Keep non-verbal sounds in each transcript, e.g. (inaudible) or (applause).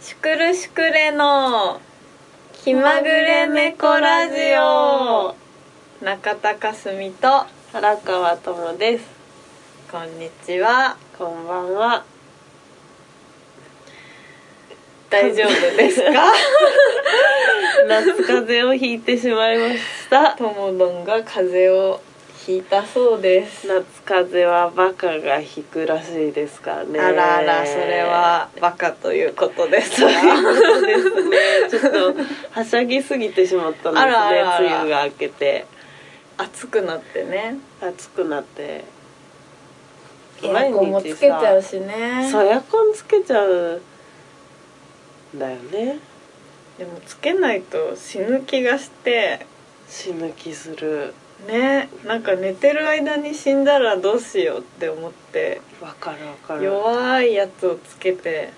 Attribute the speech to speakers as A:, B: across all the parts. A: シュクルシュクレの気まぐれ猫ラジオ中田かすみと
B: 原川智です
A: こんにちは
B: こんばんは
A: 大丈夫ですか
B: (laughs) 夏風邪をひいてしまいました
A: ともどんが風邪をひいたそうです、
B: 夏風邪はバカがひくらしいですからね
A: あらあらそれはバカということですか
B: そうですねちょっとはしゃぎすぎてしまったんです
A: あ
B: ね
A: らあらあら
B: 梅雨が明けて
A: 暑くなってね
B: 暑くなって
A: エアコンもつけちゃうしね
B: そうエアコンつけちゃうんだよね
A: でもつけないと死ぬ気がして
B: 死ぬ気する
A: ねなんか寝てる間に死んだらどうしようって思って
B: わかるわかる
A: 弱いやつをつけて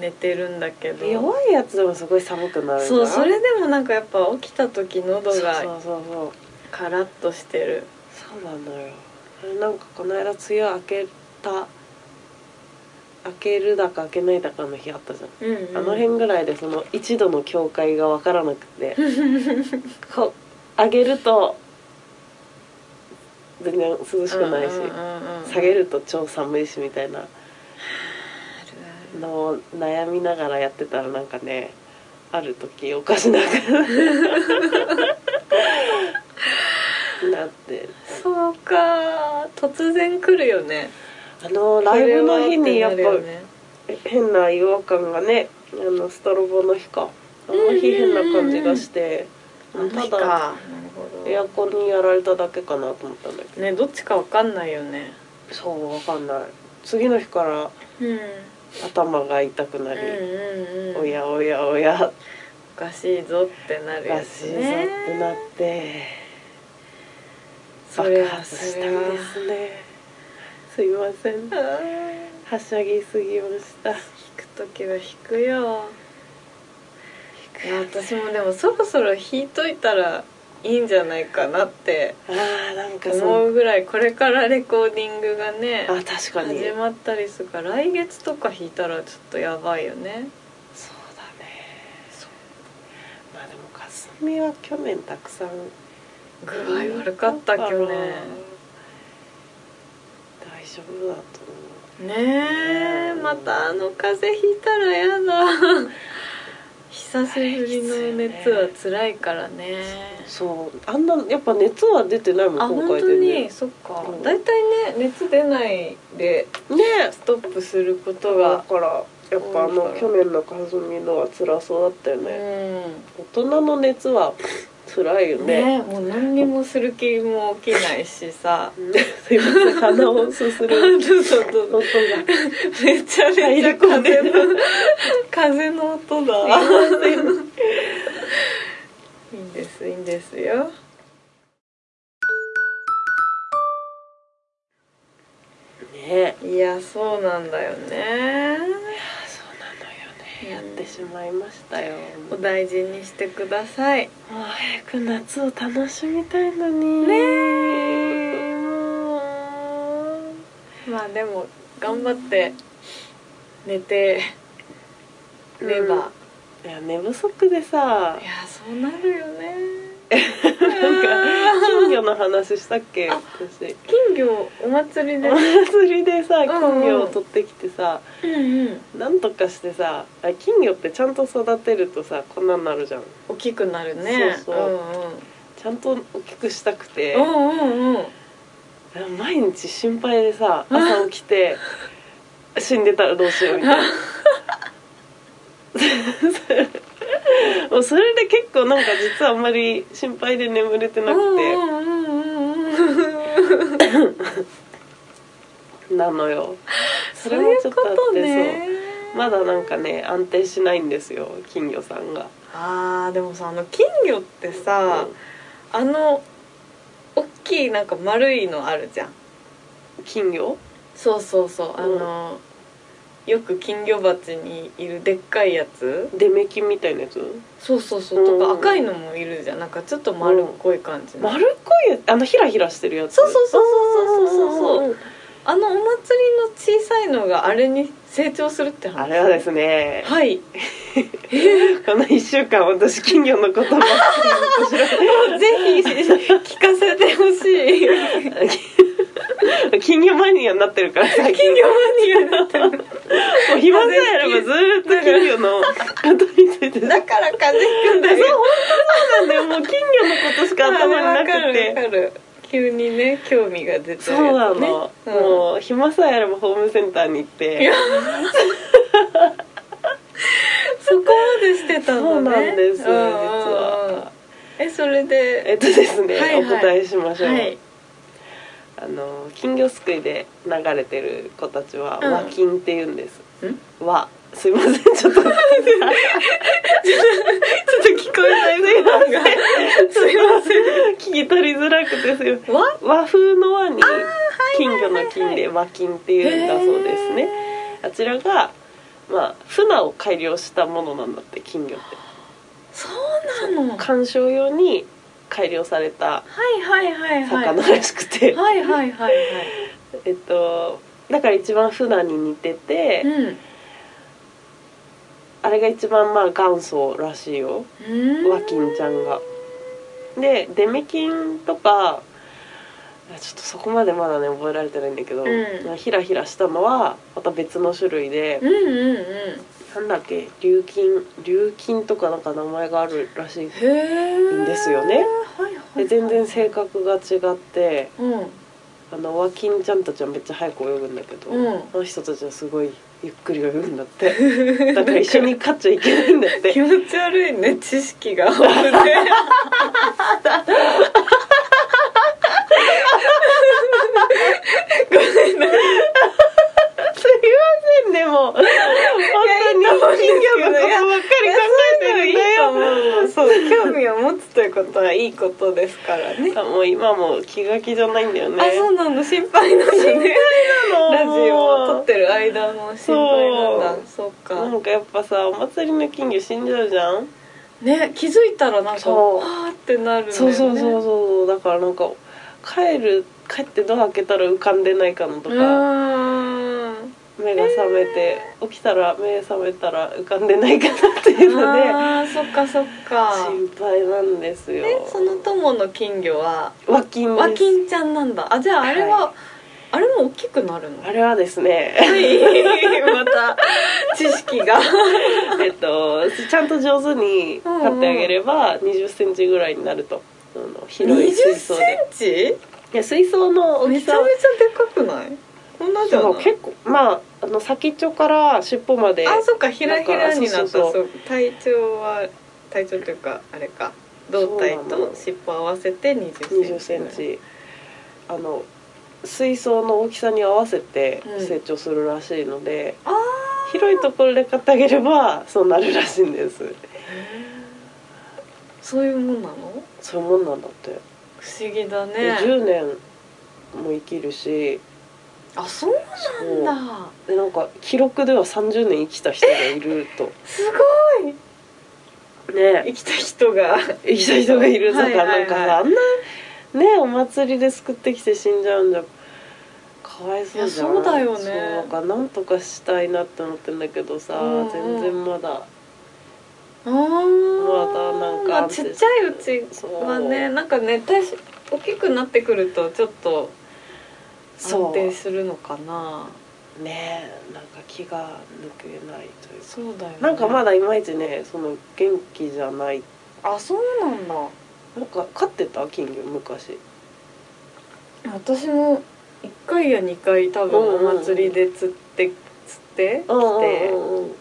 A: 寝てるんだけど
B: 弱いやつでもすごい寒くなるな
A: そうそれでもなんかやっぱ起きた時喉
B: そうそ
A: が
B: うそうそう
A: カラッとしてる
B: そうなのよあれなんかこの間梅雨明けた明けるだか明けないだかの日あったじゃん、
A: うんうん
B: あの辺ぐらいでその一度の境界が分からなく
A: (laughs)
B: てこう上げると全然涼しくないし、
A: うんうんうん
B: 下げると超寒いしみたいな
A: あるある
B: のを悩みながらやってたらなんかねある時おかしなくなってなって
A: そうか突然来るよね
B: あのライブの日にやっぱ
A: これはてなるよね
B: 変な違和感がねあのストロボの日かあの日変な感じがして、
A: あの日か
B: ただ
A: なるほ
B: エア
A: ど
B: コンにやられただけかなと思ったんだけ
A: ねどっちかわかんないよね
B: どそうわかんない次の日から
A: うん
B: 頭が痛くなり、
A: うんうんうん
B: おやおやおや
A: おかしいぞってなる
B: ら
A: や
B: し
A: つ
B: いぞっ
A: ね
B: てなって
A: それ
B: 爆
A: は
B: 発したんですねすいません
A: それはうん
B: はしゃぎすぎました
A: 引く時は引くよいや私もでもそろそろ引いといたらいいんじゃないかなって
B: あーなんか
A: 思
B: そう
A: うぐらいこれからレコーディングがね
B: あ確かに
A: 始まったりするから来月とか引いたらちょっとやばいよね
B: そうだね
A: そう
B: まあでもかすみは去年たくさん
A: 具合悪かった去年
B: 大丈夫だと思
A: ねえまたあの風邪ひいたらやだ久しぶりの熱は辛いからね
B: うそうあんなやっぱ熱は出てないもん
A: あ
B: 今
A: 本
B: 回
A: 当
B: で
A: に
B: ね
A: そっか
B: うん
A: 大体ね熱出ないで
B: ね
A: ストップすること
B: だ
A: が
B: からやっぱ
A: 多
B: あ
A: い
B: の
A: から
B: 去年のかすみのは辛そうだったよ
A: うん
B: ね、大人の熱は辛いよね
A: ねもう何にもする気も起きないしさ
B: ねすいません鼻をすす
A: そ
B: (laughs) る
A: うそう
B: 音が
A: そうめちゃめちゃ
B: 入り込
A: 風
B: んで
A: の風の音だ (laughs) いいんですいいんですよ
B: ね
A: いやそうなんだよね
B: そうなのよ
A: うん
B: ねやってしまいましたよ
A: お大事にしてください
B: もう早く夏を楽しみたいのに
A: ね
B: え
A: まあでも頑張って寝てれば、
B: いや寝不足でさ
A: いやそうなるよね
B: なんか
A: なん
B: 金
A: か
B: 魚の話したっけ
A: あ
B: 私
A: 金魚お祭りで
B: お祭りでさ
A: んうん
B: 金魚を取ってきてさ、
A: うんうん
B: なんとかしてさあ金魚ってちゃんと育てるとさこんなんなるじゃん
A: 大きくなるね
B: そうちゃんと大きくしたくて
A: うんうんうんうんうん
B: 毎日心配でさ朝起きて死んでたらどうしようみたい
A: (laughs)
B: なもうそれで結構なんか実はあんまり心配で眠れてなく
A: う
B: て
A: んうんうんうんうん
B: なのよそ
A: そうい
B: れも
A: う
B: ちょ
A: こ
B: っとあ
A: と
B: ってそう
A: ね
B: まだなんかね安定しないんですよ金魚さんが
A: あーでもさあの金魚ってさ、
B: う
A: あの大きいなんか丸いのあるじゃん
B: ん金魚
A: そうそうそうあ
B: うん
A: の、よく金魚鉢にいるでっかいやつ
B: デメキンみたいなやつ
A: そうそうそうと
B: う
A: か
B: ん
A: 赤いのもいるじゃんなんかちょっと丸っこい感じの、
B: 丸っこいやつあのヒラヒラしてるやつ
A: そうそうそうそうそうそうそう
B: うんうんうん
A: あのお祭りの小さいのがあれに成長するって話
B: あれはですね
A: はい
B: この1週間私金魚の
A: (laughs)
B: ことばっかり面白い
A: ぜひ聞かせてほしい
B: 金魚マニアになってるから最近
A: 金魚マニアだっ
B: もう暇さえあればずーっと金魚のことにつ
A: (laughs)
B: いて
A: ただから風邪ひくんだ
B: そう
A: よ
B: 本当なんだよもう金魚のことしか頭になく
A: わか (laughs)
B: て
A: るわかる急にね興味が出て
B: そうなの、
A: も
B: もう暇さえあればホームセンターに行っ
A: い
B: (laughs)
A: や
B: て
A: そこまでしてたのね
B: そうなんで
A: う
B: す
A: ん
B: 実は
A: えそれ
B: えっ
A: で
B: とですね、
A: はいはい
B: お答えしましょう、 (laughs)
A: はい
B: あの金魚すくいで流れてる子たちは
A: うん
B: 和金って言うんです、
A: ん
B: 和すいませ
A: (laughs)
B: んちょっと (laughs) ちょっと聞こえないすいませんすいません聞き取りづらくてすいま
A: (laughs)
B: せん
A: わ
B: 和風の和に金魚の金で和金っていうんだそうですね
A: へ
B: あちらがまあ船を改良したものなんだって金魚って
A: そうなのは
B: 観賞用に改良された
A: いはいはいはい
B: 魚らしくて、
A: はいはいはいはい
B: えっとだから一番船に似てて、
A: うん
B: あれが一番まあ元祖らしいよ
A: うん
B: 和金ちゃんが。でデメキンとかちょっとそこまでまだね覚えられてないんだけど、
A: うん
B: ひらひらしたのはまた別の種類で、
A: うんうんうん
B: なんだっけ琉金琉金とかなんか名前があるらしい
A: へえ
B: んですよね
A: はいはいはい
B: で全然性格が違って
A: うん
B: あの和金ちゃんたちはめっちゃ早く泳ぐんだけ (laughs) ど、
A: うん
B: あの人たちはすごいゆっくり泳ぐんだってだから一緒に勝っちゃいけないんだっ
A: (laughs)
B: て
A: 気持ち悪いね知識が豊富で
B: すいませんでも本当に金魚のことばっかり考えてるんだよ
A: そう興味を持つということはいいことですからね
B: もう今も気が気じゃないんだよ
A: (laughs)
B: ね
A: あそうなの心配なのねラジオを撮ってる間も心配なんだそう
B: な
A: か
B: んかやっぱさお祭りの金魚死んじゃうじゃん、
A: ね気づいたらなんか
B: そう
A: あーってなるんだよね
B: そうそうそうそうだからなんか帰る帰ってドア開けたら浮かんでないかなと
A: う
B: か
A: ーん
B: 目が覚めて、起きたら目覚めたら浮かんでないかなっていうので
A: あーそっかそっか
B: 心配なんですよ
A: えその友の金魚は
B: 和金です
A: 和金ちゃんなんだあじゃああれは、
B: は
A: あれも大きくなるの
B: あれはですね (laughs)
A: はい (laughs) また知識が
B: (laughs) えっとちゃんと上手に飼ってあげれば2 0ンチぐらいになるとあの広い
A: 20
B: 水
A: セ
B: 槽
A: ン
B: で
A: チ
B: いや水槽の大
A: め
B: き
A: ちゃ
B: さ
A: めちゃでかくないこんなじゃ
B: そう
A: ない
B: 結構まああの先っちょから尻尾まで
A: あそっかひらひらになった
B: そうそうそう
A: そう体長は体長というかあれか胴体
B: そうな
A: と
B: の
A: 尻尾合わせて2 0
B: 20
A: セ
B: セ
A: ン
B: ン
A: チ
B: チあの水槽の大きさに合わせて
A: うん
B: 成長するらしいので、
A: ああ
B: 広いところで買ってあげればそうなるらしいんです
A: そういうもんなの
B: そういうもんなんだって、
A: 不思議だ
B: で
A: ね
B: 10年も生きるし
A: あそうなんだ
B: でなんか記録では30年生きた人がいると
A: すごい生
B: ね
A: きた人が
B: 生きた人がいるとか、
A: はいはいはい
B: なんかさあんなねお祭りで救ってきて死んじゃうんじゃかわいそうじゃん
A: いやそうだよね
B: そうなんかなんとかしたいなって思ってんだけどさ、
A: うんうん
B: 全然まだ
A: あー
B: まだなんか
A: まあちっちゃいうちはね
B: そう
A: なんかね大し大きくなってくるとちょっと
B: そ
A: 安定
B: う
A: するのかな
B: ねなんか気が抜けないというか
A: そうだよ、ね、
B: なんかまだいまいちねその元気じゃない
A: あそうなんだ
B: なんか飼ってた金魚昔
A: 私も1回や2回多分
B: うんうんう
A: お
B: ん
A: 祭りで釣って釣って
B: うん
A: きて
B: うんうん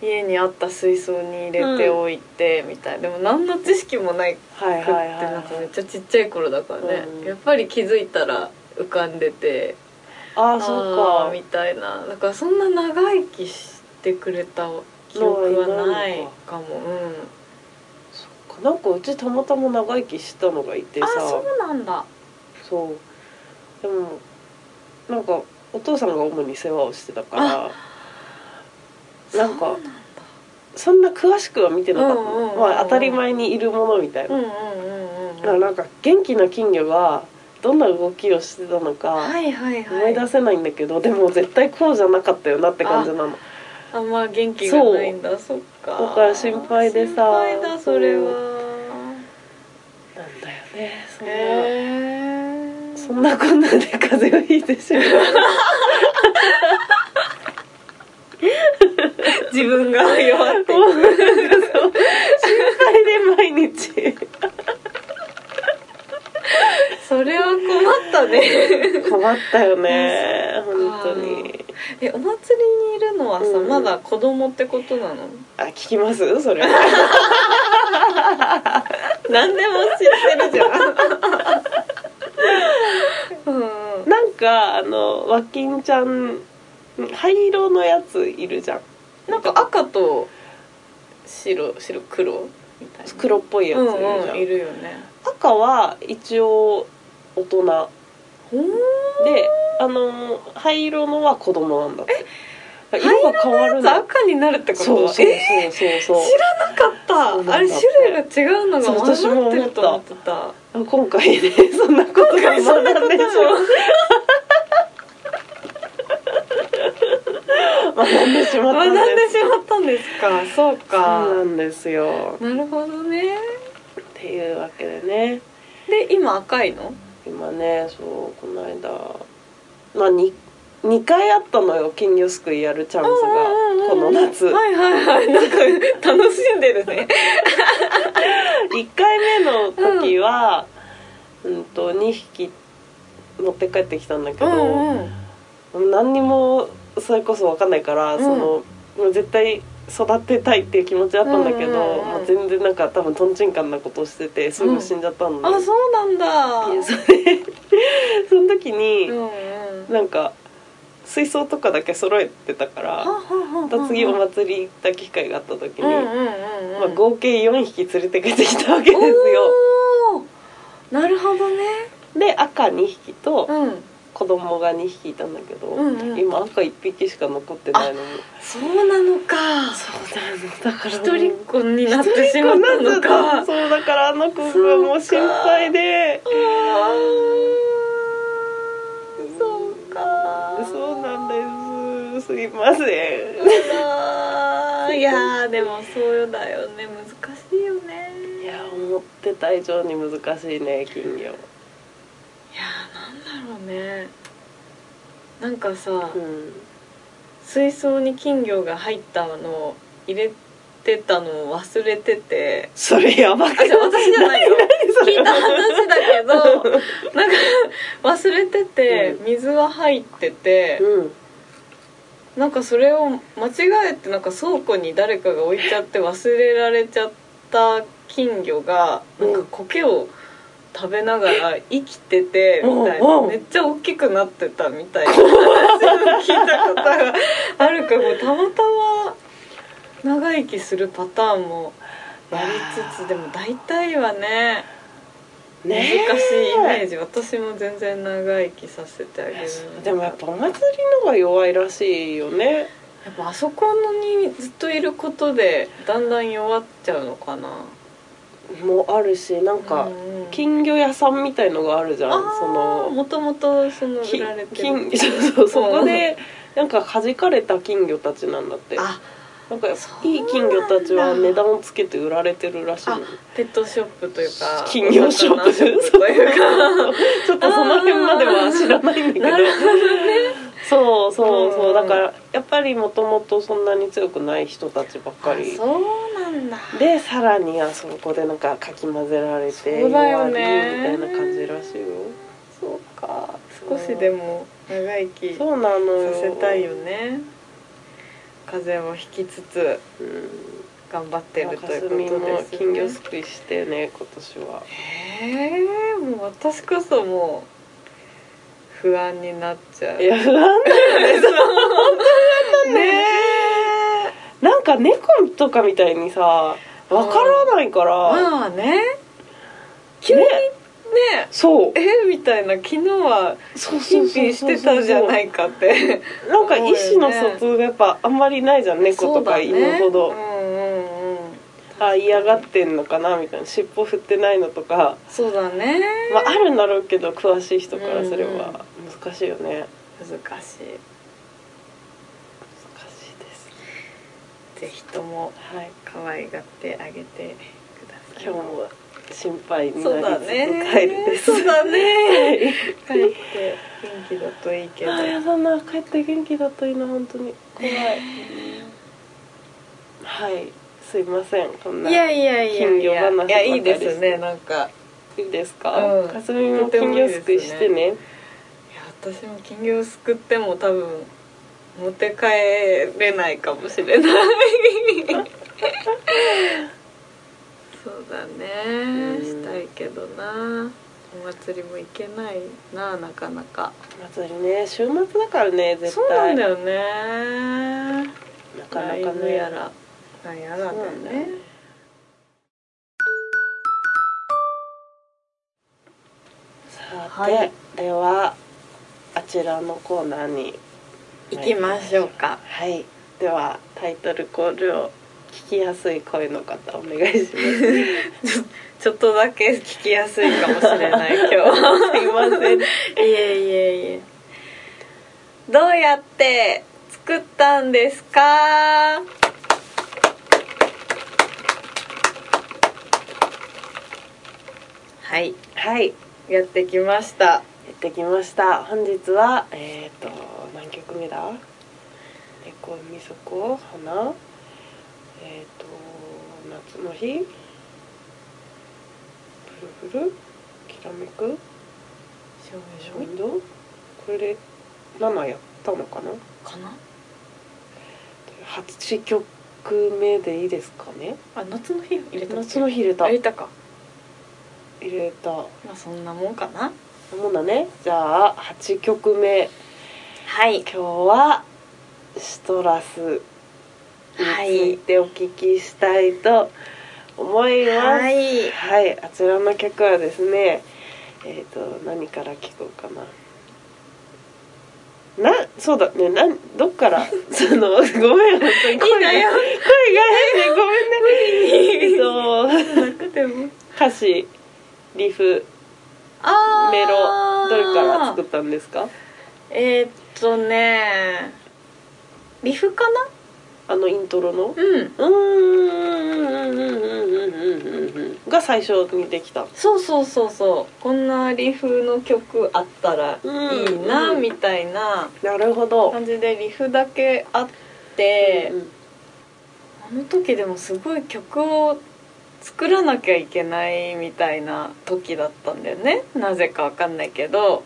A: 家にあった水槽に入れておいてみたいでも何の知識もない
B: はい
A: くって
B: はいはい
A: なんかめっちゃちっちゃい頃だからね
B: うん
A: やっぱり気づいたら浮かんでて
B: あ
A: あ
B: あそうか
A: ーみたいなだからそんな長生きしてくれた記憶はないかもうん
B: そっかなんかうちたまたま長生きしたのがいて
A: あ
B: さ
A: そうなんだ
B: そうでもなんかお父さんが主に世話をしてたからなんかそんな詳しくは見てなかったの、
A: うんうんうんうん
B: まあ、当たり前にいるものみたい
A: そ
B: な、
A: うなんだうんうんうんうん
B: だからなんか元気な金魚がどんな動きをしてたのか
A: はいはいはい
B: 思い出せないんだけど、でも絶対こうじゃなかったよなって感じなの
A: あんま元気がないんだそっか
B: だから心配でさ
A: 心配だそれは
B: なんだよねそんな、
A: へえ
B: そんなこんなで風邪をひい
A: (laughs)
B: てしまう
A: 自分が弱っていく
B: 心配で毎日
A: (laughs) (laughs) それは困ったね
B: 困ったよね本当
A: そっ
B: に
A: えお祭りにいるのはさ、
B: うん
A: まだ子供ってことなの
B: あ聞きます (laughs) それ
A: 何でも知ってるじゃんうん
B: なんかあの和金ちゃん灰色のやついるじゃん
A: なんか赤と白白黒みたいな
B: 黒っぽいやついるじゃ
A: うんうんいるよね
B: 赤は一応大人
A: ほん
B: であの灰色のは子供なんだって色が変わる
A: まず赤になるってこと
B: そうそうそう
A: え
B: そうそう
A: 知らなかった
B: そうなんだ
A: あれ種類が違うのが混ざってると思ってた
B: 今回ね (laughs) そんなことが学んでし (laughs) ま学んでしまった
A: 学ん
B: んです
A: でしまったんですかそうか
B: そうなんですよ
A: なるほどね
B: っていうわけでね
A: で今赤いの
B: 今ねそうこの間まあ 2, 2回あったのよ金魚すくいやるチャンス
A: うん
B: がこ
A: うんうんう
B: の
A: ん
B: 夏
A: はいはいはいなんか楽しんでるね
B: 1回目の時は、うん、と2匹持って帰ってきたんだけ
A: う
B: ど、
A: んうん
B: 何にもそれこそ分かんないから、
A: うん
B: そのもう絶対育てたいっていう気持ちだったんだけ
A: う
B: ど、
A: んうんうん
B: まあ、全然なんか多分とんちんかんなことをしててすぐ死んじゃったので、
A: あそうなんだ
B: いやそれその時に、
A: うんうん
B: なんか水槽とかだけ揃えてたか
A: は
B: ら、
A: はは
B: また次お
A: は
B: 祭り行った機会があった時に、
A: うんうんうんうん
B: まあ、合計4匹連れて帰ってきたわけですよ。
A: おーなるほどね
B: で赤2匹と
A: うん
B: 子供が2匹いたんだけど、
A: うんうん
B: 今赤1匹しか残ってないのも
A: そうなのか
B: そうなのだから
A: 一人っ子になっ
B: 一人
A: てしまったの
B: なんだ
A: か
B: そうだからあの子がもう心配で
A: あーそうか
B: そうなんですすいません
A: あーいやーでもそうだよね難しいよね
B: いや思ってた以上に難しいね金魚
A: いやーなんだろうねなんかさ、
B: うん
A: 水槽に金魚が入ったのを入れてたのを忘れてて
B: それやば
A: (laughs)
B: く
A: あじゃあ私じゃないよ
B: 何そ
A: (laughs) 聞い
B: れ
A: た話だけ (laughs) どなんか忘れてて
B: う
A: 水が入ってて
B: うん
A: なんかそれを間違えてなんか倉庫に誰かが置いちゃって忘れられちゃった金魚がなんか苔を食べながら生きててみたい
B: うん
A: な
B: うん
A: めっちゃ大きくなってたみたいな話を聞いたことがあるかもたまたま長生きするパターンもやりつつでも大体はね難しいイメー
B: ジ
A: ジ、私も全然長生きさせてあげる
B: でもやっぱお祭りのが弱いらしいよね
A: やっぱあそこのにずっといることでだんだん弱っちゃうのかな
B: もあるしなん
A: う
B: か、
A: んうん
B: 金魚屋さんみたいのがあるじゃん
A: あ
B: そ
A: その
B: の
A: もともとその売
B: き
A: られてる
B: 金 (laughs) そうそうそこでなんか弾かれた金魚たちなんだってな
A: あ
B: んかい
A: そうなんだ
B: い金魚たちは値段をつけて売られてるらしいの
A: あペットショップというか
B: 金魚ショッ
A: お魚
B: プ
A: ショップというか
B: (laughs) ちょっとその辺までは知らないんだけど
A: なるほどね
B: そうそうそううんだからやっぱりもともとそんなに強くない人たちばっか
A: あ
B: り
A: そうなんだ
B: でさらにあそこでなんかかき混ぜられて
A: そう
B: 弱
A: だ
B: い
A: よ
B: み
A: ね
B: たいな感じらしいよ
A: そうか少しでも長生きさ
B: そうなのよ
A: せたいよね風邪をひきつつ
B: うん
A: 頑張ってるという
B: 中
A: こ
B: み
A: と
B: も
A: ですよ
B: 金
A: ね
B: 魚すくいしてね今年は
A: えー、もう私こそもう不安になっちゃう
B: いや不安だ
A: ねね
B: なんか猫とかみたいにさわからないから、
A: まあね急にね
B: ねそう
A: えみたいな昨日は
B: そう
A: ピンピンしてたじゃないいかって
B: なんか意思の疎通がやっぱあんまりないじゃん猫とか犬ほど、
A: そうだねうんうんうん
B: あ嫌がってんのかなみたいな尻尾振ってないのとか、
A: そうだね、
B: まあ、あるんだろうけど詳しい人からすれ
A: うん
B: ば難しいよね
A: 難しい
B: 難しいです
A: ぜひとも
B: はい
A: 可愛がってあげてください
B: 今日も心配にな
A: そう
B: り
A: だ
B: つつ
A: ね
B: 帰るです
A: そうだ
B: は
A: ね
B: い
A: (laughs) 帰って元気だといいけど
B: あやだな帰って元気だといいな本当に怖いはいすいませんこんない
A: やいやいや
B: 金
A: い
B: 魚
A: や
B: 話ばか
A: い
B: り
A: や
B: して
A: いいですねなんか
B: いいですか、
A: うん
B: かすみも金魚すくいしてね
A: いや私も金魚すくっても多分持って帰れないかもしれないそうだね
B: うん
A: したいけどなお祭りも行けないななかなか
B: 祭りね週末だからね絶
A: そ
B: 対
A: うなんだよね
B: なか
A: ラ
B: な
A: イ
B: か
A: ブ
B: ね
A: やらなんやらだよ
B: そうなんだよ
A: ね
B: ねさて、
A: はい
B: ではあちらのコーナーに
A: 行きましょうか
B: はいではタイトルコールを聞きやすい声の方お願いします
A: ちょっとだけ聞きやすいかもしれない今日はすいませ (laughs)
B: (laughs)
A: んいえいえいえどうやって作ったんですかはい
B: はい
A: やってきました
B: やってきました本日はえっ、と何曲目だ猫みそこ花えっ、と夏の日ふるふるきらめくショインドこれで7やったのかな
A: かな
B: 8曲目でいいですかね
A: あ夏の日入れたっけ
B: 夏の日入れた
A: 入れ
B: 入
A: たか
B: れたも
A: まあそんなもんかなん
B: だねじゃあ8曲目
A: はい
B: 今日はシトラスについてお聞きしたいと思います。
A: は
B: はい、
A: い
B: あちらの曲はですね、えっ、と何から聞こうかな。な、そうだね、なんどっから (laughs) そのごめん本当に声が
A: いいなよ
B: 声が変でごめんね。えっ
A: (laughs) な
B: と
A: くても
B: 歌詞、リフ、
A: あー
B: メロどれから作ったんですか？
A: えーっとねリフかな
B: あのイントロ
A: う
B: の。
A: ん
B: うーんうんうんうんうんうんうんうんが最初にできた。
A: そうそうそうそうこんなリフの曲あったらいいな
B: うん
A: みたいな
B: なるほど。
A: 感じでリフだけあってあの時でもすごい曲を作らなきゃいけないみたいな時だったんだよねなぜかわかんないけど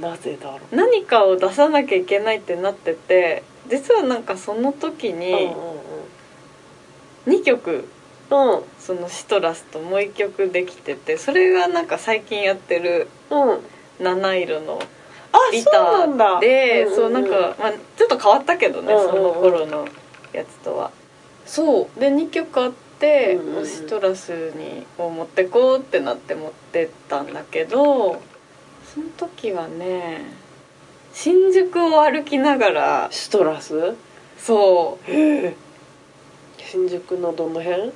B: なぜだろう。
A: 何かを出さなきゃいけないってなってて実はなんかその時に2曲
B: うん
A: そのシトラスともう1曲できててそれがなんか最近やってる
B: うんうん。
A: 七色の
B: あ
A: ギタ
B: そうなんだ。
A: ーで
B: んんん
A: そうなんか、まあ、ちょっと変わったけどね
B: うんうんう
A: そ
B: ん
A: の頃のやつとは。そうで2曲あって、
B: うんうんうん
A: シトラスにを持ってこうってなって持ってったんだけどその時はね新宿を歩きながら
B: シトラス？
A: そう
B: 新宿のどの辺？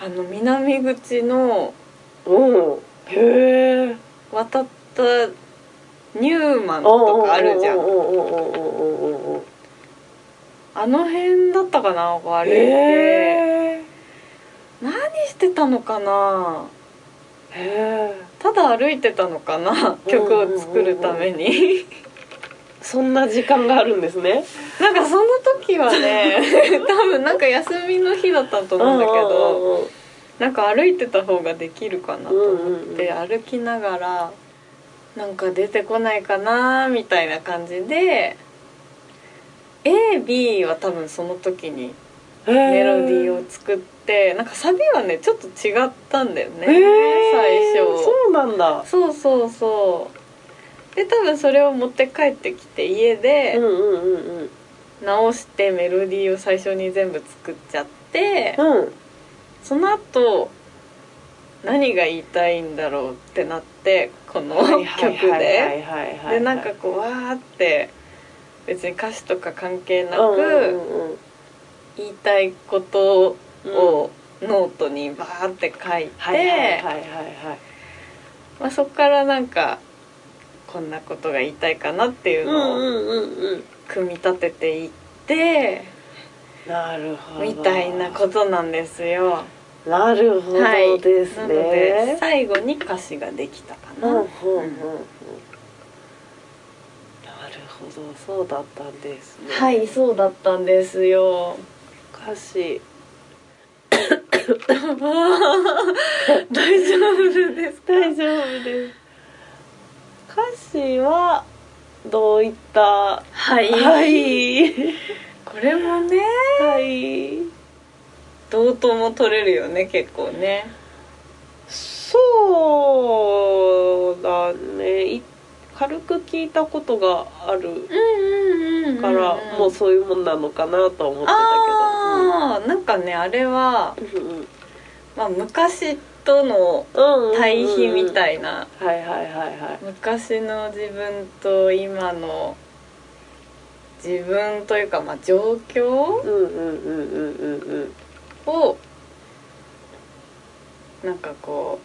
A: あの南口の
B: うん。へえ。
A: 渡ったニューマンとかあるじゃ
B: うん
A: ん
B: うんうんうんうんうんうん。
A: あの辺だったかなこう歩いて、
B: へえ。
A: 何してたのかな
B: へえ。
A: ただ歩いてたのか
B: (laughs)
A: な曲を作るために
B: そんな時間があるんですね。
A: (laughs) なんかその時は
B: (laughs)
A: ね多分なんか休みの日だったと思うんだけど
B: ど。
A: なんか歩いてた方ができるかなと思っ
B: うん
A: て歩きながらなんか出てこないかなみたいな感じで AB は多分その時にメ
B: メ
A: ロディーを作ってなんかサビはねちょっと違ったんだよね
B: え
A: 最
B: ー
A: 初
B: そうなんだ。
A: そうそうそうで多分それを持って帰ってきて家
B: うん
A: で
B: うんうんうん。
A: 直してメロディーを最初に全部作っちゃって
B: うん。
A: その後何が言いたいんだろうってなってこの曲ででなんかこうわーって別に歌詞とか関係な
B: うんうん
A: く言いたいこと
B: うんうん
A: をノートにバーって書いて、
B: はいはいはいはいはい
A: まあ、そこからなんかこんなことが言いたいかなっていうのを
B: うんうんうん
A: 組み立てていって、
B: なるほど
A: みたいなことなんですよ。
B: なるほどです
A: なの
B: ね、
A: で最後に歌詞ができたか
B: うんうんう
A: な
B: んうん。なるほどそうだったんですね
A: はい、そうだったんですよ。
B: 歌詞
A: 大丈夫ですか？
B: 大丈夫です歌詞はどういった
A: はい、
B: はい
A: これもね、
B: はい
A: どうとも取れるよね、結構ね。
B: そうだねい軽く聞いたことがある
A: うんうんうん
B: から、もうそういうもんなのかなとは思って
A: ああ、なんかね、あれは
B: たけどうんうん
A: まあ昔との
B: うんうん
A: 対比みたいな。
B: はいはいはいはい
A: 昔の自分と今の自分というか、まあ、状況
B: うんうんうんうんうんうん
A: をなんかこ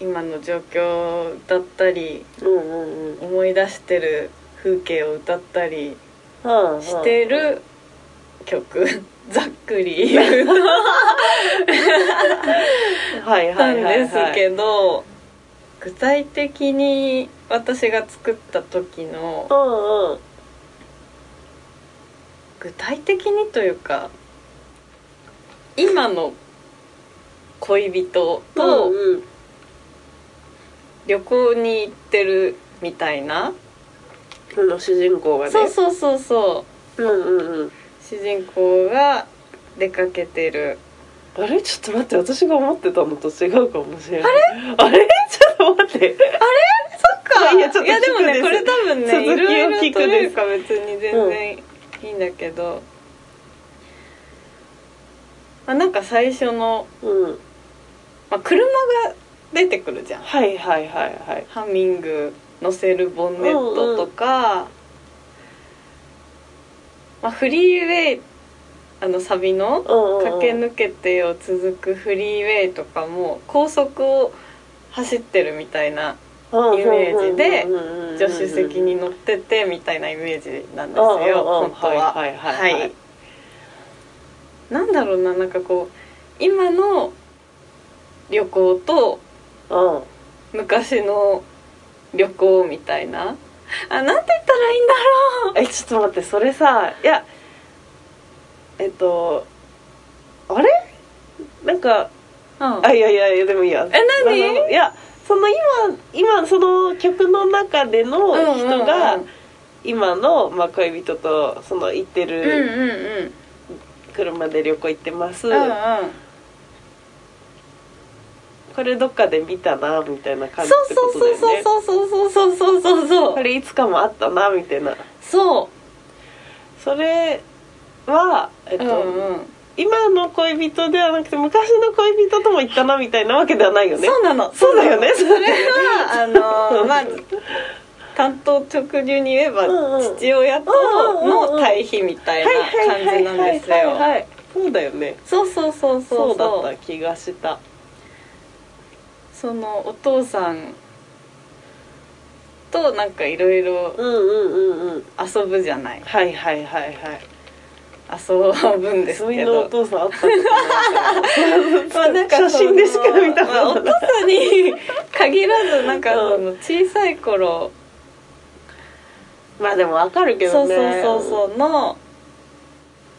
A: う今の状況だったり
B: うんうんうん
A: 思い出してる風景を歌ったり
B: うんうん
A: してる
B: (laughs)
A: 曲ざっくり言うと
B: はい
A: な
B: は
A: ん
B: いはい
A: で
B: はい
A: すけど具体的に私が作った時の
B: うんうん
A: 具体的にというか今の恋人
B: と、
A: と
B: うん
A: 旅行に行ってるみたいな、
B: うん、の主人公がね
A: そうそうそうそう
B: うんうんうん
A: 主人公が出かけてる
B: あれちょっと待って私が思ってたのと違うかもしれないあれあれちょっと待って
A: そっ
B: まあいいやちょっと
A: いやでもねこ
B: 聞く
A: れ
B: で
A: 多
B: す
A: 分
B: 続
A: ね
B: き
A: い
B: を
A: ろいろ取
B: 聞く
A: れ
B: で
A: る
B: す
A: か別に全然いいんだけど、まあ、なんか最初の、
B: うん
A: まあ、車が出てくるじゃん
B: はいはいはいはい
A: ハミング乗せるボンネットとか、まあ、フリーウェイあのサビの
B: う
A: 「
B: んうんうん
A: 駆け抜けてよ続くフリーウェイ」とかも高速を走ってるみたいなイメージで助手席に乗っててみたいなイメージなんですよ
B: うんうんうん
A: 本当は。
B: はいはいはいはい
A: なんだろうななんかこう今の旅行と
B: うん
A: 昔の旅行みたいなあなんて言ったらいいんだろう
B: えちょっと待ってそれさいやえっとあれなんか
A: うん
B: あいやいやいやでもいいや
A: え何
B: あのいやその今今その曲の中での人が
A: うん
B: 今の、まあ、恋人とその行って
A: うんうんうん
B: る
A: うんうん
B: 車で旅行行ってます、
A: うん
B: これどっかで見たなみたいな
A: そう
B: 感じって
A: そ
B: こ
A: う
B: とだよね
A: そうそうそうそうそうそうそうそ
B: こ
A: う
B: れいつかもあったなみたいな
A: そ
B: それは、えっ
A: う
B: と
A: うんうん
B: 今の恋人ではなくて昔の恋人とも行ったなみたいなわけではないよね
A: そうなの
B: そうだよね
A: それはあの (laughs) まあ担当直入に言えば
B: うんうん
A: 父親との対比みたいな感じなんです
B: はいはいはいはい
A: よ
B: はいそうだよね
A: そうそうそう
B: そ
A: そうう
B: だった気がした
A: そのお父さんとなんかいろいろ
B: うんうんうんうん
A: 遊ぶじゃない
B: はいはいはいはい
A: 遊ぶんです
B: そう
A: け
B: いうのお
A: ど
B: 父さんあったことない
A: まあなんか
B: 写真でしか見たこ
A: まあお
B: と
A: 父
B: ない
A: さんに限らずなんか
B: うん
A: その小さい頃
B: まあでもわかるけ
A: そ
B: ど
A: う
B: ね
A: そうそうそうの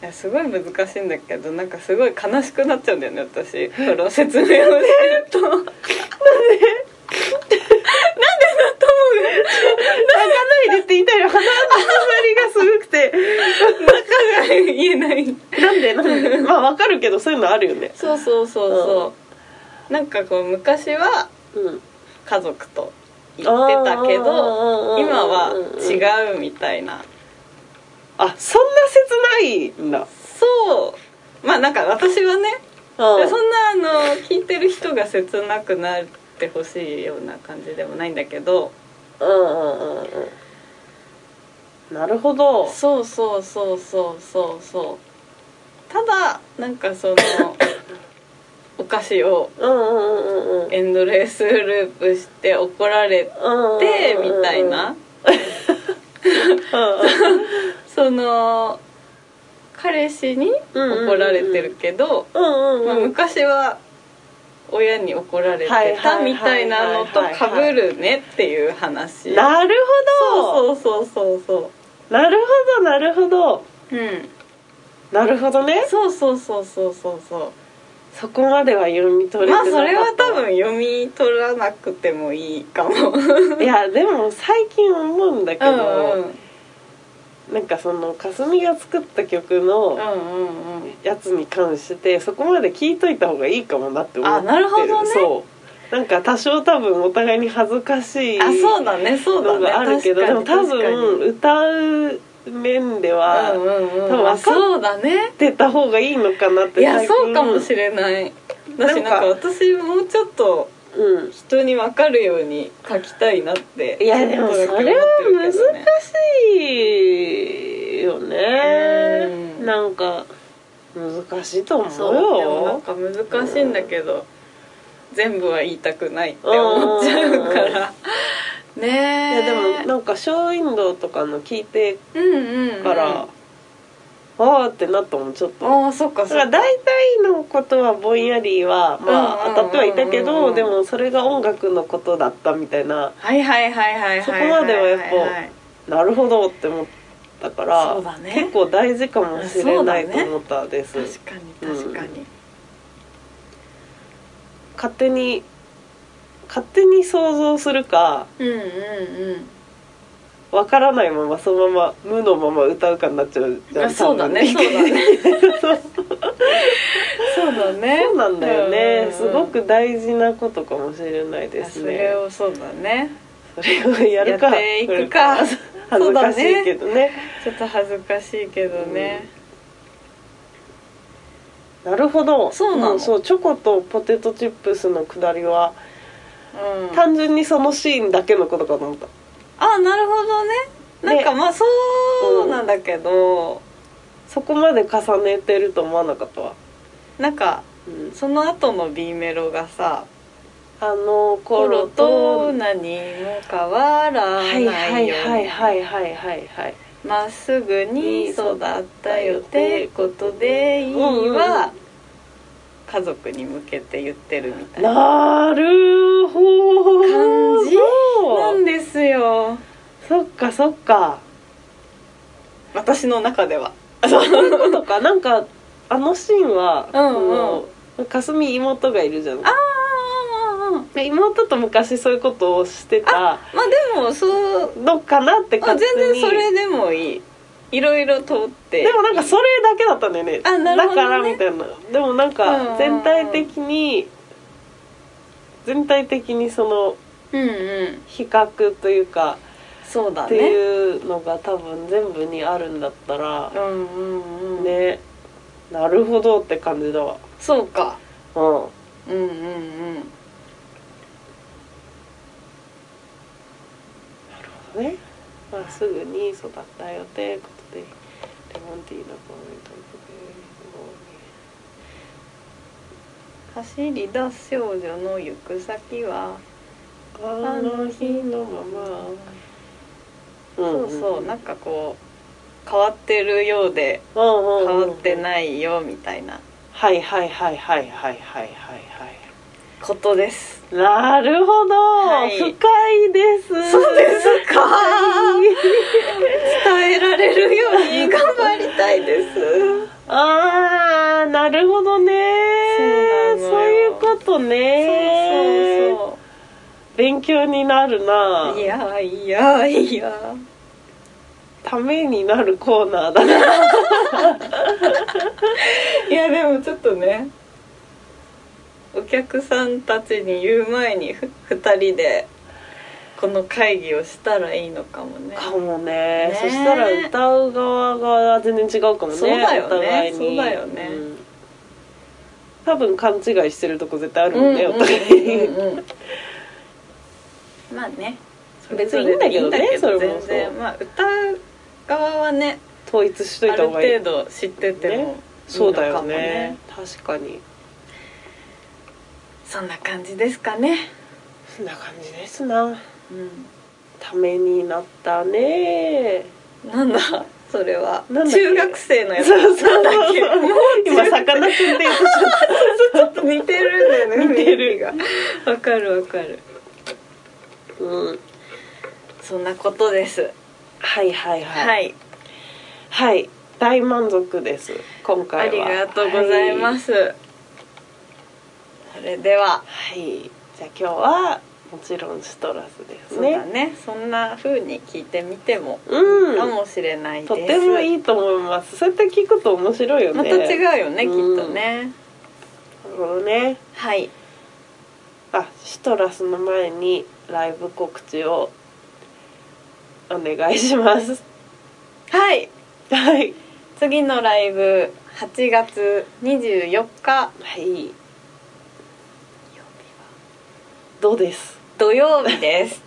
A: いやすごい難しいんだけどなんかすごい悲しくなっちゃうんだよね私この説明をしてるとなんでなんでだと思う
B: 泣かないでって言いたいの鼻の詰まりがすごくて
A: 中が言えない
B: なんでなんでまあわかるけどそういうのあるよね
A: そうそうそうそう、なんかこう昔は
B: うん
A: 家族と行ってたけど今は違うみたいな
B: あそんな切ないんだ
A: そうまあなんか私はね、
B: う
A: そんなあの聞いてる人が切なくなってほしいような感じでもないんだけど
B: うんうんうん
A: そうそうそうそうそうそうただなんか
B: (laughs)
A: そのお菓子を
B: うんうんうんうん
A: エンドレスループして怒られ
B: うん
A: てみたいなその彼氏に怒られてるけど、
B: (laughs) うんうんうん
A: まあ、昔は親に怒られ
B: はい
A: て
B: は
A: た
B: いはいはい
A: みたいなのとかぶるねっていう話
B: なるほど
A: そうそうそうそ
B: なるほどなるほど
A: ううん
B: なるほどね
A: そうそうそうそうそうそ
B: そこまでは読み取
A: う
B: れてな
A: まあそ
B: かった
A: れは多分読み取らなくてもいいかも
B: いやでも最近思うんだけ
A: うん
B: ど、なんかそのかすみが作った曲の
A: うんうんうん
B: やつに関してそこまで聞いといた方がいいかもなって思ってる
A: あなるほどね
B: そうなんか多少多分お互いに恥ずかしい
A: あそう
B: の
A: だねそうだね
B: があるけど、でも
A: 確か
B: 多
A: に確かに
B: 分歌う面では、
A: うんうんうん
B: 多分分かっ
A: そうだね
B: ってた方がいいのかなって
A: いやそうかもしれないだ
B: な
A: し
B: んか
A: なんか私もうちょっと
B: うん
A: 人に分かるように書きたいなって
B: いやでもそれは難しいよね
A: うん
B: なんか難しいと思
A: そう
B: う
A: でもなん
B: よ
A: か難しいんだけど、全部は言いたくないって思っちゃうから、ね
B: い
A: え
B: やでもなんかショーウィンドウとかの聞いて
A: うんうん、うん、
B: から、ああってなったもんちょっと。
A: ああそっか
B: だ
A: そ
B: か
A: っ
B: ら大体のことはぼんやりはま
A: うんう
B: あ
A: ん
B: 当たってはいたけ
A: うんうんう
B: ど
A: ん
B: でもそれが音楽のことだったみたいな
A: はいはいはいはいはいいいい
B: そこまではやっぱなるほどって思ったから
A: そうだね
B: 結構大事かもしれないと思ったです、
A: 確かに確かに、
B: 勝手に勝手に想像するか
A: うん、うんうん
B: わからないままそのまま無のまま歌うかになっちゃうじゃ
A: あ
B: ん
A: そうだね
B: 多
A: そう
B: 分
A: だねそうだね
B: (laughs) そうなんだよ
A: う
B: ね、
A: ん
B: すごく大事なことかもしれないで
A: あ
B: す
A: そ
B: ね
A: れをそうだね
B: それをやるか
A: やっていくか
B: それ (laughs) 恥ずかしいけどね
A: ちょっと恥ずかしいけどね、
B: なるほど
A: そうなの
B: んそうチョコとポテトチップスのくだりは、
A: うん
B: 単純にそのシーンだけのことかと思った
A: あなるほどねなんか
B: ね
A: まあそうなんだけど、
B: そこまで重ねてると思わなかったわ、
A: なんか
B: うん
A: その後の B メロがさ
B: あの
A: 「頃
B: 頃
A: と
B: と
A: 何も変わら
B: は
A: ないい
B: はい
A: よ
B: はいはいはいはいはい
A: まっすぐに育ったよ」ってことでいいは家族に向けて言ってるみたいな
B: なるほど
A: 感じなんですよ
B: そっかそっか
A: 私の中では。
B: そういうことかなんかあのシーンは
A: うんうん
B: そのかすみ妹がいるじゃん
A: ああ
B: で妹と昔そういうことをしてた
A: まあでもそう
B: のかなって
A: あ
B: 感じ
A: 全然それでもいいいろいろ通って
B: でもなんかそれだけだったんだよね
A: あなるほどね
B: だからみたいなでもな
A: うんうん
B: ん
A: う
B: か
A: ん
B: 全体的に全体的にその
A: うんうん
B: 比較というか
A: そうだ
B: って
A: ね
B: いうのが多分全部にあるんだったら
A: う、んうんうん
B: ねなるほどって感じだわ
A: そうか
B: うん
A: うんうんうん
B: ねまあすぐに育ったよってことでレモンティーのコメントで
A: 走り出す少女の行く先は
B: あの日のまま、
A: そうそうなんかこう変わってるようで
B: うん
A: 変
B: うん
A: わって
B: い
A: ないよみたいな
B: はいはいはいはいはいはいはい
A: ことです
B: はいなるほど、
A: はい
B: 深いです
A: すか
B: はい
A: 伝えられるように頑張りたいです
B: あーなるほどね
A: そうなのよ
B: いうことね
A: そうそう
B: 勉強になるな
A: そういやいやいや
B: ためになるコーナーだね
A: いやでもちょっとねお客さんたちに言う前にふ2人でこの会議をしたらいいのかもね
B: かもね
A: ね
B: そしたら歌う側が全然違うかもね
A: そうだよね
B: お互いに
A: そうだよね
B: ん多分勘違いしてるとこ絶対あるもんね、
A: うん
B: お互いに (laughs)
A: うんうんまあね
B: 別にいいんだけどねそれも
A: 全然まあ歌う側はね
B: 統一し
A: あ
B: といた
A: る
B: 方がいい
A: 程度知ってても
B: そうだ
A: か
B: よ
A: も
B: ね確かに
A: そんな感じですかね
B: そんな感じですな
A: う
B: ためになったね
A: んなんだそれは
B: なんだっけ
A: 中学生のやつ
B: そうそう
A: なんだっけもう
B: 今
A: 中
B: さかなクンって言ってしまっ
A: ちょっと似てるんだよね
B: 似てる
A: 雰囲気がわかるわかる
B: た、うん、
A: そんなことです
B: はいはいはい
A: はい、
B: はい、大満足です。今
A: あ
B: 回
A: り
B: は。。
A: がとうございますす、それでは、
B: はい、じゃあ今日はもちろんシトラスです
A: そうだ
B: ね。
A: ねそんな風に聞いてみても
B: うん
A: かもしれないです
B: とてもいいと思います。そうやって聞くと面白いよね。
A: また違う
B: なる
A: よね、
B: うん
A: きっとね
B: ほどね。
A: はい
B: あ、シトラスの前にライブ告知をお願いします。
A: はい
B: はい。
A: 次のライブ8月24日
B: はい。どうです。
A: 土曜日です (laughs)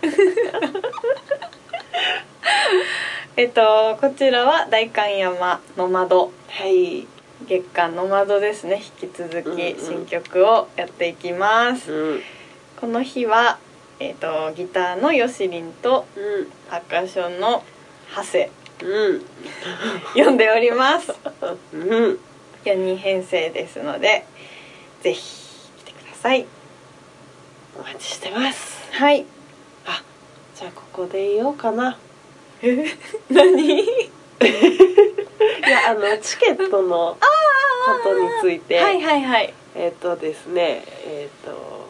A: えっとこちらは代官山の窓
B: はい。
A: 月間の窓ですね引き続
B: うんう
A: き
B: ん
A: 新曲をやっていきます、
B: うん。
A: この日は、えっとギターのよしりんと
B: うん。
A: パーカッションのハセ
B: うん。
A: 呼んでおります
B: うん。
A: 4人編成ですのでぜひ来てください
B: お待ちしてます。
A: はい
B: あじゃあここで言おうかな
A: (laughs) 何
B: いやあの (laughs) チケットのことについて、
A: はいはいはい
B: えっ、とですねえっ、と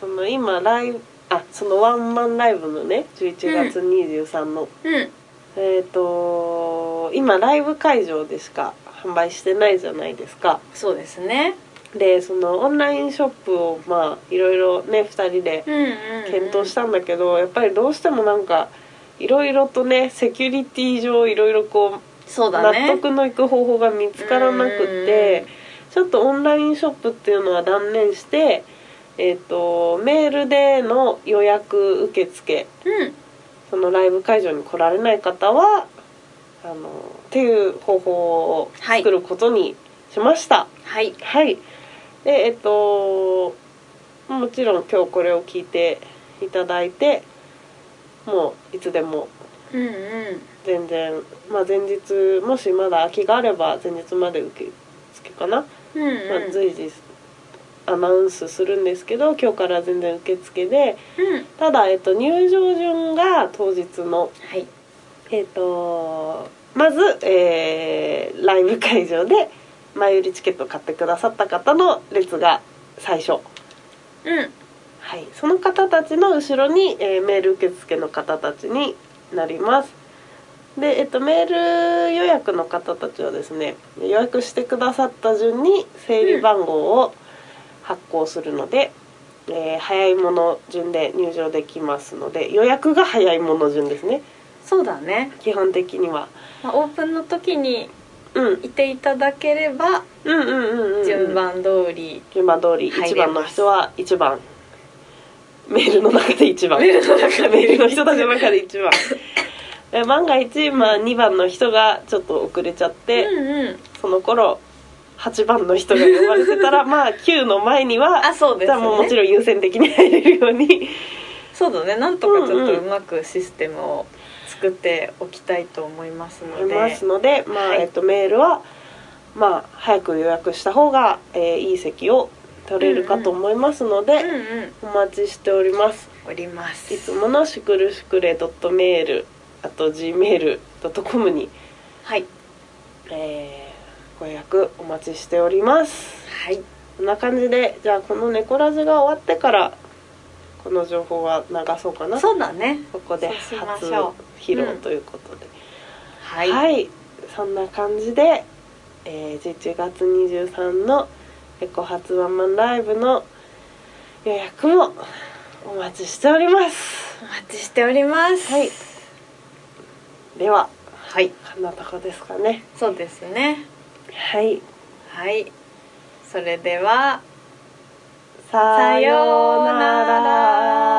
B: その今ライブあそのワンマンライブのね11月23の、
A: うん
B: えっ、と今ライブ会場でしか販売してないじゃないですか
A: そうですね
B: でそのオンラインショップをまあいろいろね2人で
A: うんうん、
B: 検討したんだけど、やっぱりどうしてもなんかいろいろとねセキュリティ上いろいろこう
A: そうだね
B: 納得のいく方法が見つからなくてちょっとオンラインショップっていうのは断念して、えー、とメールでの予約受付
A: うん
B: そのライブ会場に来られない方はあのっていう方法を
A: はい
B: 作ることにしました。
A: はい
B: はい、でえっ、ともちろん今日これを聞いていただいてもういつでも
A: うんうん
B: 全然、まあ、前日もしまだ空きがあれば前日まで受付かな、
A: うん
B: ま
A: う
B: あ、
A: ん
B: 随時アナウンスするんですけど今日から全然受付で
A: うん
B: ただ、えっと、入場順が当日の、
A: はい
B: えっと、まず、えーライブ会場で前売りチケットを買ってくださった方の列が最初。
A: うん
B: はい、その方たちの後ろに、えーメール受付の方たちになりますで、えっと、メール予約の方たちはですね予約してくださった順に整理番号を発行するので、えー早いもの順で入場できますので予約が早いもの順ですね
A: そうだね、
B: 基本的には、
A: まあ、オープンの時に
B: うん、うん
A: いていただければ
B: うんうんうん
A: 順番通り、
B: 順番通り
A: 入れます
B: 1番の人は1番メールの中で1番
A: メールの中で
B: メールの人たちの中で1番え万が一、まあ、2番の人がちょっと遅れちゃって、
A: うんうん
B: その頃8番の人が呼ばれてた
A: (laughs)
B: らまあ9の前には
A: あそうで
B: じゃ
A: す
B: あもうもち
A: ね
B: ろん優先的に入れるように
A: そうだねなんとかちょっ
B: うん
A: と
B: う
A: うんまくシステムを作っておきたいと思います
B: 思
A: の
B: い
A: で
B: ますので、まあ
A: はい
B: えっと、メールは、まあ、早く予約した方が、えーいい席を取れるかと思いますので、
A: うんうん
B: お待ちしております。
A: おります
B: いつものしくるしくれ .mail あと gmail.com に、
A: はい
B: えーご予約お待ちしております
A: はい
B: こんな感じでじゃあこの「猫ラジ」が終わってからこの情報は流そうかな
A: そうだね
B: ここで
A: そうしま
B: 初
A: しょ
B: 披
A: う
B: 露
A: ん
B: ということで、
A: はい、
B: そんな感じで、えー11月23の「猫初ワンマンライブ」の予約もお待ちしております
A: お待ちしております
B: はいでは
A: はい
B: こんなとこですかね
A: そうですね
B: はい
A: はいそれでは
B: さよ
A: よ
B: う
A: う
B: な
A: な
B: ら
A: ら。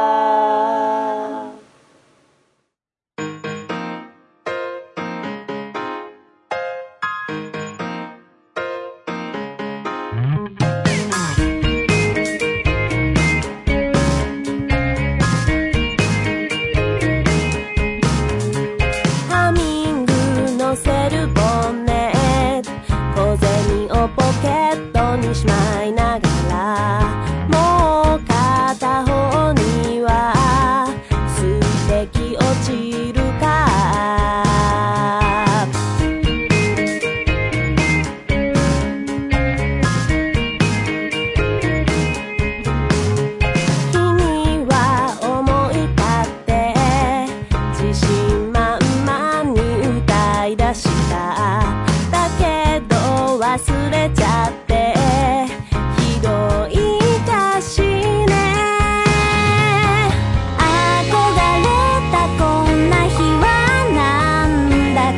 C: い出しただけど忘れちゃってひどいかしね憧れたこんな日はなんだ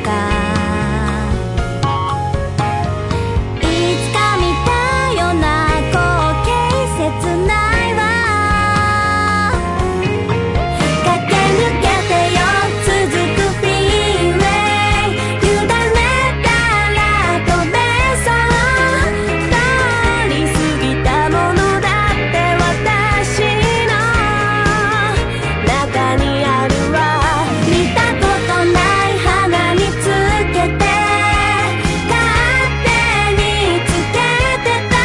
C: かいつか見たような光景切ないわ駆け抜けてよ続くフィーウェイ委ねたら止めそう通り過ぎたものだって私の中にあるわ見たことない花につけて勝手につけてた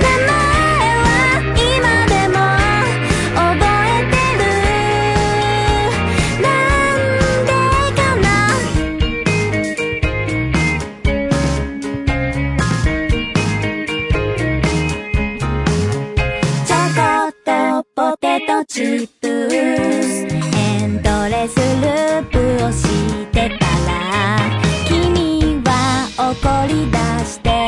C: 名前は今でも覚えてるなんでかなチョコとポテトチップスエンドレスループをしてたら君は怒り出して